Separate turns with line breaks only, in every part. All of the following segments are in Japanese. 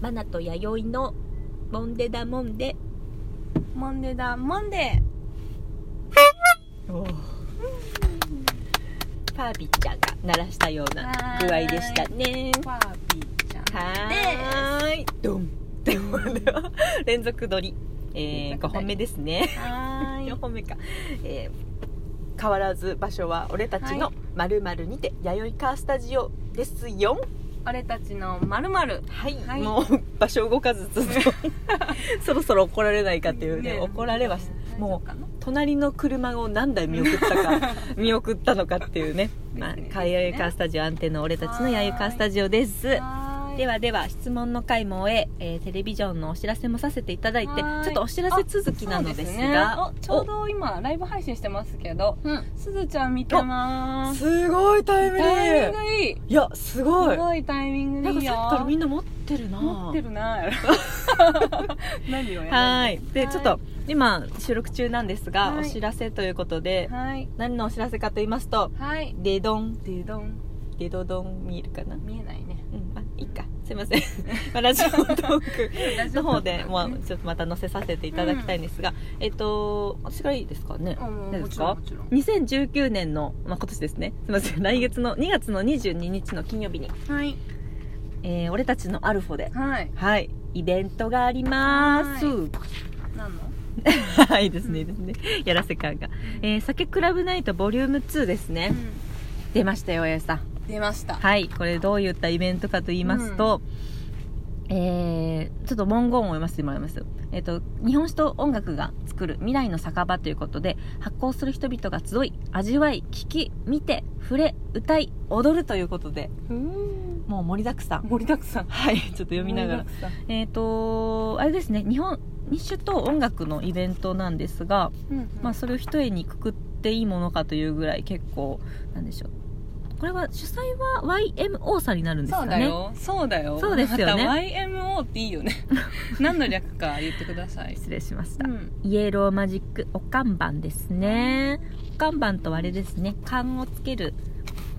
マナと弥生のモンデダモンデ
モンデだモンデ
パービーちゃんが鳴らしたような具合でしたね
ーバービーちゃん
はーいドン でこれは連続撮り、えー、
連
5
続撮り
本目ですね
すはーい
4本目か、えー変わらず場所は俺たちの
は
まるまるにて弥生カースタジオですよ
俺たちのまるまる
はい、
はい
もう場所動かずずっ とそろそろ怒られないかっていうね怒られはしもう
う
隣の車を何台見送った か見送ったのかっていうね「まあ、
ですね
かやゆかスタジオ」安定の俺たちの
はーい
やゆかスタジオですで
は
はでは質問の回も終ええーテレビジョンのお知らせもさせていただいて
はーい
ちょっとお知らせ続きなの
そう
です
ね
が
おちょうど今ライブ配信してますけど
お
すずちゃん見てま
うん
ーす
すごいタイムリ
タイミ
ー
ングいい
いやすごい
すごいタイミング
な
で
んか
いい
さ
よ
っきからみんな持ってるな
持って るな何をやる
はいでちょっと
は
今収録中なんですが、
は
お
い
知らせということで、
はい
何のお知らせかと言いますと
はい
デドン
でどん
デドドン見えるかな
見えないね
うんまあいいかすいません まあ ラジオトークの方で、まあ、ちょっとまた載せさせていただきたいんですが、えっと私からいいですかね、
う
大丈夫
んも
です
ち
か
ろんもちろん
2019年の、まあ、今年ですねすいません来月の2月の22日の金曜日に、
はい
えー俺たちのアルフォで
はい
はいイベントがあります
は何の
はい、いいですね、いいですね。やらせ感が。えー、酒クラブナイトボリューム2ですね。
うん
出ましたよ、親さん。
出ました
はい、これどういったイベントかと言いますと、えーちょっと文言を読ませてもらいます。えっ、と、日本酒と音楽が作る未来の酒場ということで、発行する人々が集い、味わい、聞き、見て、触れ、歌い、踊るということで、
盛
もう盛りだくさん。
りだくさん
はい、ちょっと読みながら。
盛りだくさん
えっ、と、あれですね、日本、日酒と音楽のイベントなんですが、
うんうん
まあ、それを一重にくくっていいものかというぐらい結構なんでしょうこれは主催は YMO さんになるんです
そ
か
うだ
ね
よそうだよ
そうですよね
また YMO っていいよ ね何の略か言ってください
失礼しました、
うん
イエローマジックお看板ですねお看板とはあれですね勘をつける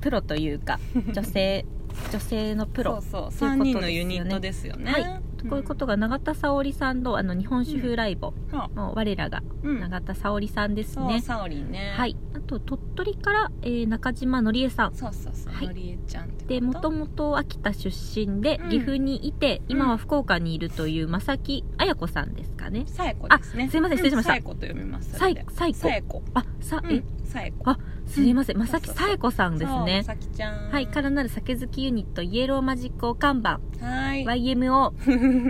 プロという か女性女性のプロ
そう
と
そう
いうことですよね
3人のユニットですよね
はいこういうことが永田沙織さんとあの日本酒風ライボ、
うんあ
もう我らが
うん
永田沙織さんです
そう
ね、
サオリンね
はいあと鳥取から、えー中島のりえさん
そうそうそう
はい
のりえちゃんってこと
でもともと秋田出身で
うん
岐阜にいて、今は福岡にいるという正木彩子さんですかね
サエコですね
あすいません失礼しました
サエコと読みます
さい
それで
さいこ
サエコ
あさ、
う
え
んサエコ
あすいません
うん
正木
そうそうそう
さえ子さんですね
そうさきちゃん
はいからなる酒好きユニットイエローマジックお看板
はい
YMO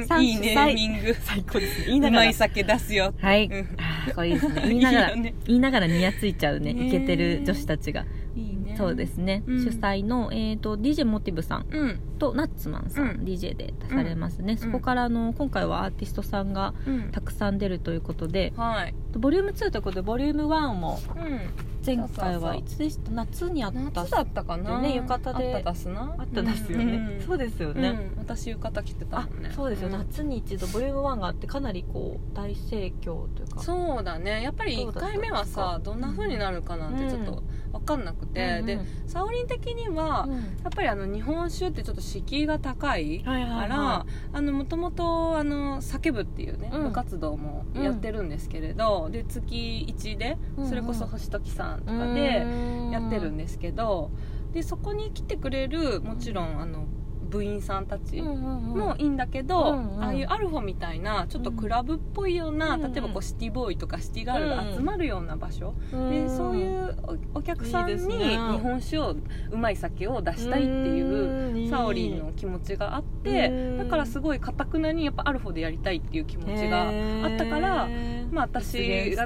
三
いいネーミング
最高ですね言いうなが
ま
ら
い酒出すよ
はい、
うん
あーこれいいですね 言いながら
いいよね
言いながらにやついちゃうね
ね
イケてる女子たちが、
いいね
そうですね、
うん
主催の、えー、と DJ モティブさん
うん
とナッツマンさん、
うん
DJ で出されますね、そこからあの今回はアーティストさんが
うん
たくさん出るということで
はい
ボリューム2ということでボリューム1も
うん
前回
そうそう
は
そう
いつでした夏にあった
夏だったかな、
ね浴衣で
あった出すな
あったですよね、
うん
そうですよ
うん
ね、
私浴衣着てた
あ
もんね
そうですよ、
ん
夏に一度ボリューム1があってかなりこう大盛況というか
そうだねやっぱり
そう
1
だった
回目はさどんな風になるかなんてちょっと分かんなくて、でサオリン的には、
うんうん
やっぱりあの日本酒ってちょっと敷居が高いか
はいはいはい
らあのもともとあの叫ぶっていうね、
うん
部活動もやってるんですけれど、で月1で
うんうん
それこそ星時さんとかでやってるんですけど、でそこに来てくれるもちろんあの部員さんたち、
うんうんうん
もいいんだけど、
うんうん
ああいうアルフォみたいなちょっとクラブっぽいような、
うんうん
例えばこうシティボーイとかシティガールが集まるような場所、
う
で
ん
そういうおお客さん
い
に
いです
日
ね
本酒をうまい酒を出したいっていう。
うん
サオリンの気持ちがあって
うん
だからすごいかたくなにやっぱアルフォでやりたいっていう気持ちがあったから
へー
まあ私が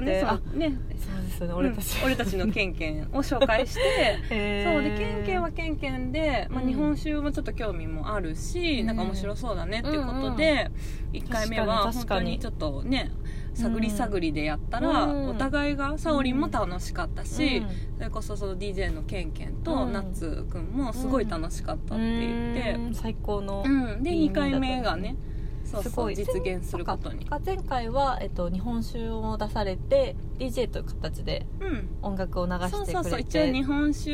実現して
ねその
あ
ね
そうですよね
うん
俺たち、
俺たちのケンケンを紹介 してそうでケンケン
は
はケンケンで、まあ、
うん
日本酒もちょっと興味もあるし、
うん
なんか面白そうだねっていうことで、一1回目は
確
本
か
当
に
にちょっとね探り探りでやったら、
うん
お互いがサオリンも楽しかったし、それこそその DJ のケンケンと
うん
ナッツくんもすごい楽しかったって言って、
うん最高の、
うんで2回目がねそう
すご
そう
い
実現することに。
前回は、えっと、日本酒を出されて DJ という形で
うん
音楽を流してくれて
そうそうそう一応日本酒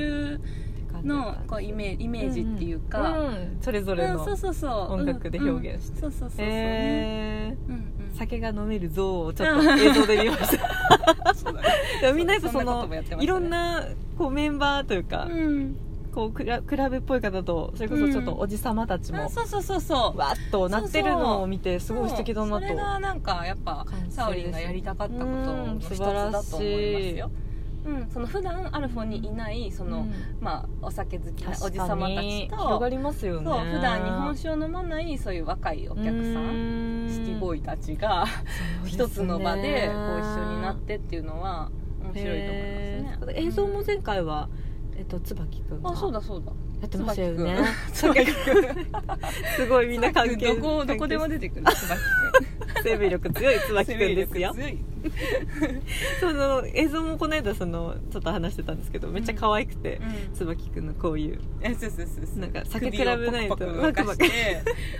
かる
のこうイメージイメージっていうか、
うんうんそれぞれ
う
の
んそうそうそう
音楽で表現して
うんそうそうそうそう、
え
うんうん
ー、酒が飲める像をちょっと映像で見ました
そうだね
でもみんなやっぱそ
そんなこ
の
ともやってましたね
いろんなこうメンバーというか、
うん
こうクラクラブっぽい方とそれこそちょっとおじさまたちも
あ、そうそうそうそう
わーっとなってるのを見てすごい素敵だな
そうそれ
と
がなんかやっぱ
感じです
サオリンがやりたかったことの一つだと思いますようん、その普段アルフォンにいないその、
うん
まあ、お酒好きな
確かに
おじさまたち
広
と、
がりますよね
そう普段日本酒を飲まないそういう若いお客さん
ん
シティボ
ーイ
ーイたちが一つの場でこう一緒になってっていうのは面白いと思いますね
映像も
全
前回は、えっと、椿くんが
あそうだそうだ
やってましたよね
椿くん
すごいみんな関係
どこどこでも
関
出てくる椿
係生命力強い椿
くん
くんですよ
強い
その映像もこの間そのちょっと話してたんですけどめっちゃ可愛くて、
うん
椿くんのこういう
えそうそうそうそう
なんか酒クラブナイト
首をパクパク動かし
パ
て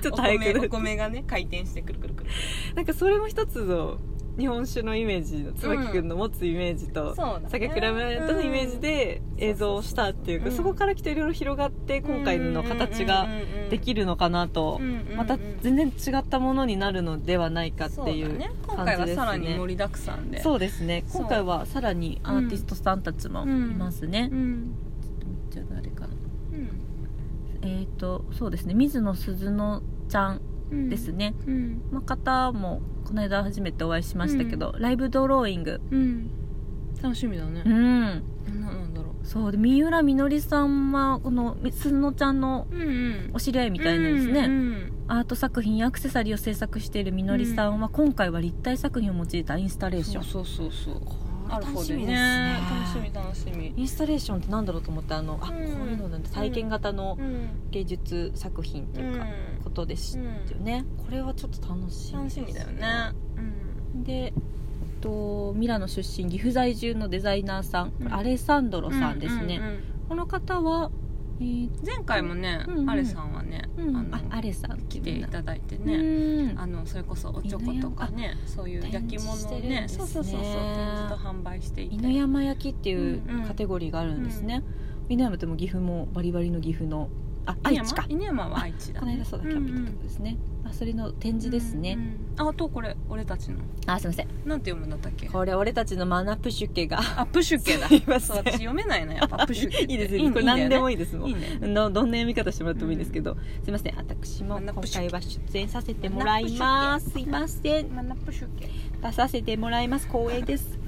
ちょっと
お
早くなっ
米お
て
米がね回転してくるくるくる
なんかそれも一つの日本酒のイメージ椿くんの持つイメージと、
そうだね
酒蔵とのイメージで映像をしたっていうか、
うん
そこからきっといろいろ広がって今回の形ができ
る
るのかなと、また全然違ったものになるのではないかっていう
ね今
感じ
回は
ですね
さらに盛りだくさんで
そうですね今回はさらにアーティストさんたちもいますね、
うん
じゃあ誰かな
うん
えっ、とそうですね水野鈴乃ちゃん
うん
ですね、
うん
この方もこの間初めてお会いしましたけど、ライブドローイング
うん楽しみだね
うん
ななんだろ
そうで三浦みのりさんはこの鈴乃ちゃんの
ううんうん
お知り合いみたいなんですね、
うん
アート作品やアクセサリーを制作しているみのりさんは今回は立体作品を用いたインスタレーショ
そ
ン、
うそうそうそうアルフォ
楽し
で
み
ね
です
楽しみ
ね
楽しみ
インスタレーションってなんだろうと思ってあのあ、
うん
こういうのなんて体験型の
うん
芸術作品というか、ことです
う
よ
ん
ね、これはちょっと楽しみ
楽
です
しみだよねうん
で、えっと、ミラノ出身岐阜在住のデザイナーさん、これ
うん
アレサンドロさんですね、
うううん
この方は、えー
前回もね、
うんうん
アレさんはね、
うん
あ
あ
の
アレさんって
来
いう
て
ん
い
だ
ただいて
う
ね、
ん
あのそれこそおちょことかねそういう焼き物を
展
ね
示してるんですね
そうそうそうそう展示と販売していて
犬山焼きっていう
うんうん
カテゴリーがあるんですね、犬山っても岐阜もバリバリの岐阜のあ
犬
愛
山
知か
犬山は愛知だ、ね、
この間そうだキャンプ行ったとこですね、あそれの展示ですね、
うんうんうんあとこれ俺たちの
あすいません
なんて読むんだったっけ
これ俺たちのマナプシュケが
あプシュケ だ
すいません
そう私読めないな やっぱプシュケ
いいですねこれ何でもいいですもん
いいね
のどんな読み方してもらってもいいんですけど、すいません私も
マナ
今
プシュケ
回は出演させてもらいますすいません
マナプシュケ
出させてもらいます光栄です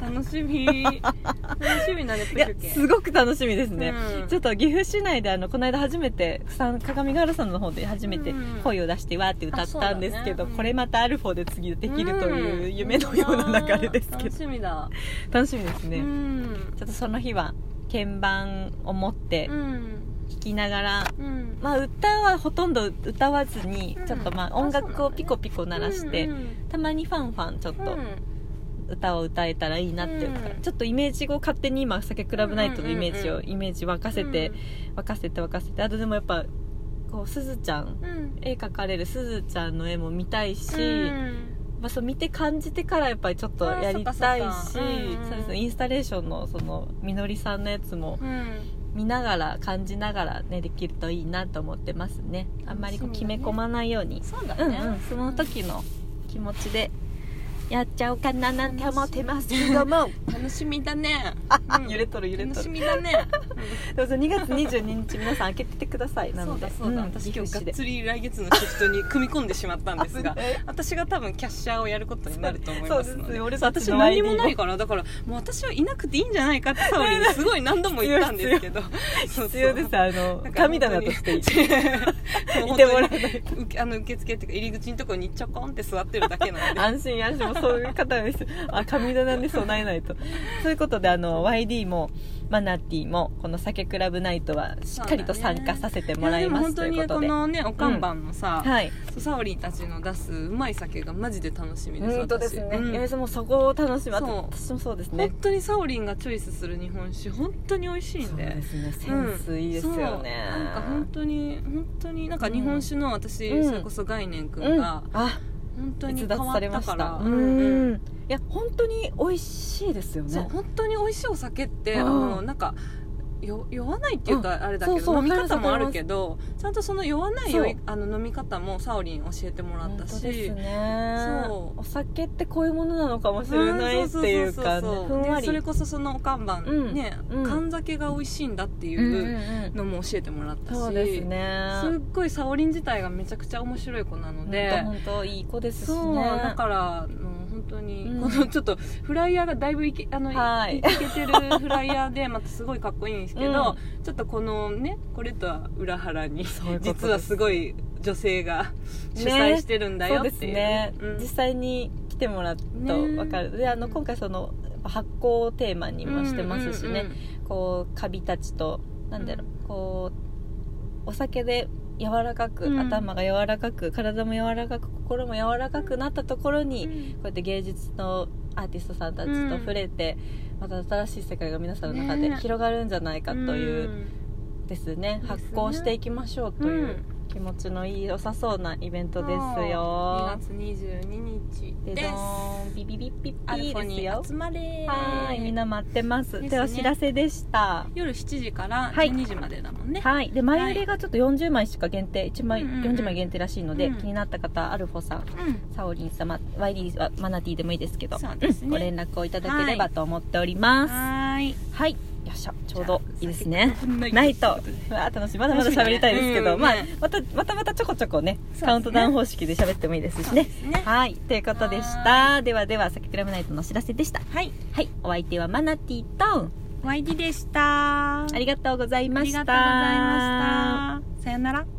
楽しみ楽しみだねプ
い
シ
や
ュケ
すごく楽しみですね、
うん
ちょっと岐阜市内であのこの間初めてさん鏡ヶ原さんの方で初めて
うん
声を出してわーって歌ったんですけど、
あそうだねうん
これまたアルフォーで次できるという
うん
夢のような流れですけ
楽
ど、
しみだ、
楽しみですね、
う
ち
ん
ょっとその日は鍵盤を持って
うん
聴きながら、
うん
まあ、歌はほとんど歌わずに、
うん
ちょっとまあ
あ
音
そう
楽
な
を
んだね
ピコピコ鳴らして、
うんうん
たまにファンファンちょっと歌を歌えたらいいなっていうか、
うん
ちょっとイメージを勝手に今酒クラブナイトのイメージ
うん
を
うん
イメージ沸かせて、沸かせて沸かせてあとでもやっぱこうすずちゃん
うんうん
絵描かれるすずちゃんの絵も見たいし、
うん
まあ、そう見て感じてからやっぱりちょっとやりたいし
あそっかそっかうんうん
そうですねインスタレーションのそのみのりさんのやつも
うん
見ながら感じながらねできるといいなと思ってますねあんまりこう
楽し
決
みだ
め
ね
込まないように
そうだ
うん
ね、
うん、その時の気持ちでやっちゃおうかななんて思ってます けども、
楽しみだね、うん
揺れとる揺れと
楽し
る
みだね、
どうぞ2月22日皆さん開けててくださ いな
そ
の
う
で
だそうだ、
ん
私
岐
今日
阜
が
市
っ
で
つり来月のシフトに組み込んでしまったんです が私が多分キャッシャーをやることになると思います
そう
の
です
で
ね俺たち
私
の
何もない
ID を
からだからもう私はいなくていいんじゃないかってサオリにすごい何度も言ったんですけど そうそう
必要ですあの神棚としていて
い
も らわない
あの受付っていうか入り口のところにちょこんって座ってるだけなので
安心安心もうそういう方ですあ神棚に備えないとそういうことであの YD もマナティもこの酒クラブナイトはしっかりと参加させて もらいますと
や
い
で
う
も
こと
本当にこ
で
のねお看板のさ、
はい
そうサオリンたちの出すうまい酒がマジで楽しみです
本当ですね、
私うん
八重さんもそこを楽しみあと
そう
私もそうですね
本当にサオリンがチョイスする日本酒本当に美味しいんで
そうですねセ
うん
ンスいいですよね、
そうなんか本当に本当になんか日本酒の私、
うん
それこそ概念く
うんん
が
あ
本当に
逸
変
脱
わ
さ
っ
れま
た
し
から、
たうん、いや本当に美味しいですよ
そう
ね
本当に美味しいお酒って
う
あ
ん
のなんかよ酔わないっていうか
うん
あれだけど、
そうそう
飲み
わかりま
方
す
もあるけどちゃんとその酔わない酔い
そう
あの飲み方もサオリン教えてもらっ
本
た
当
し
ですね
そう
お酒ってこういうものなのかもしれないって
そ
いう
そ
か
そ
ね
そ
ふんわ
で
り
それこそそのお看板、
うん
ね、
うん
缶酒が美味しいんだってい
うんうんう
うんのも教えてもらったし、
そうですね
すっごいサオリン自体がめちゃくちゃ面白い子なので、
本当いい子ですしね
そうだからあの本当に、
うん
このちょっとフライヤーがだいぶいけあの、
はい
いけてるフライヤーでまたすごいかっこいいんですけど、ちょっとこのねこれとは裏腹に
そういうことです
実はすごい女性が
ね
主催してるんだ
そ
よ
うで
って
す
いう
ね、
うん
実際に来てもらうと分かる、であの今回その発酵をテーマにもしてますしね、
うんうんうん
こうカビたちとなんだろう、こうお酒で柔らかく、
うん
頭が柔らかく体も柔らかく心も柔らかくなったところに、こうやって芸術のアーティストさんたちと触れて、また新しい世界が皆さんの中で
ね
広がるんじゃないかという、ですね
ですね
発酵していきましょうという。
ん
気持ちのいい良さそうなイベントです
2
よ。
月22日
で
で
ど
す
ーんビビビッピ
ア
ッ
ル
ピ
フォ
ーです
に
よ。
集まれ
はーい、みんな待ってます。
です
で
ね
お知らせでした。
夜7時から
はい
12時までだもんね、
はい、で前売りがちょっと40枚しか限定1枚、
うんうんうん
40枚限定らしいので、
うん
気になった方はアルフォさん
うん
サオリン様ワイリーはマナティーでもいいですけど
そうですね
ご連絡をいただければと思っておりますは
はー
い、
い
よっしゃちょうどいいですね
ない
ないとうわー楽しいまだまだ喋りたいですけど、
楽しみ
まあ
だね
またまたまたちょこちょこね
そうですね
カウントダウン方式で喋ってもいいですしね
すね
はいということでしたではでは「酒クラムナイト」のお知らせでした
はい
はいお相手はマナティーと
YD でしたあ
ありがとうござい
りがとうございましたさよなら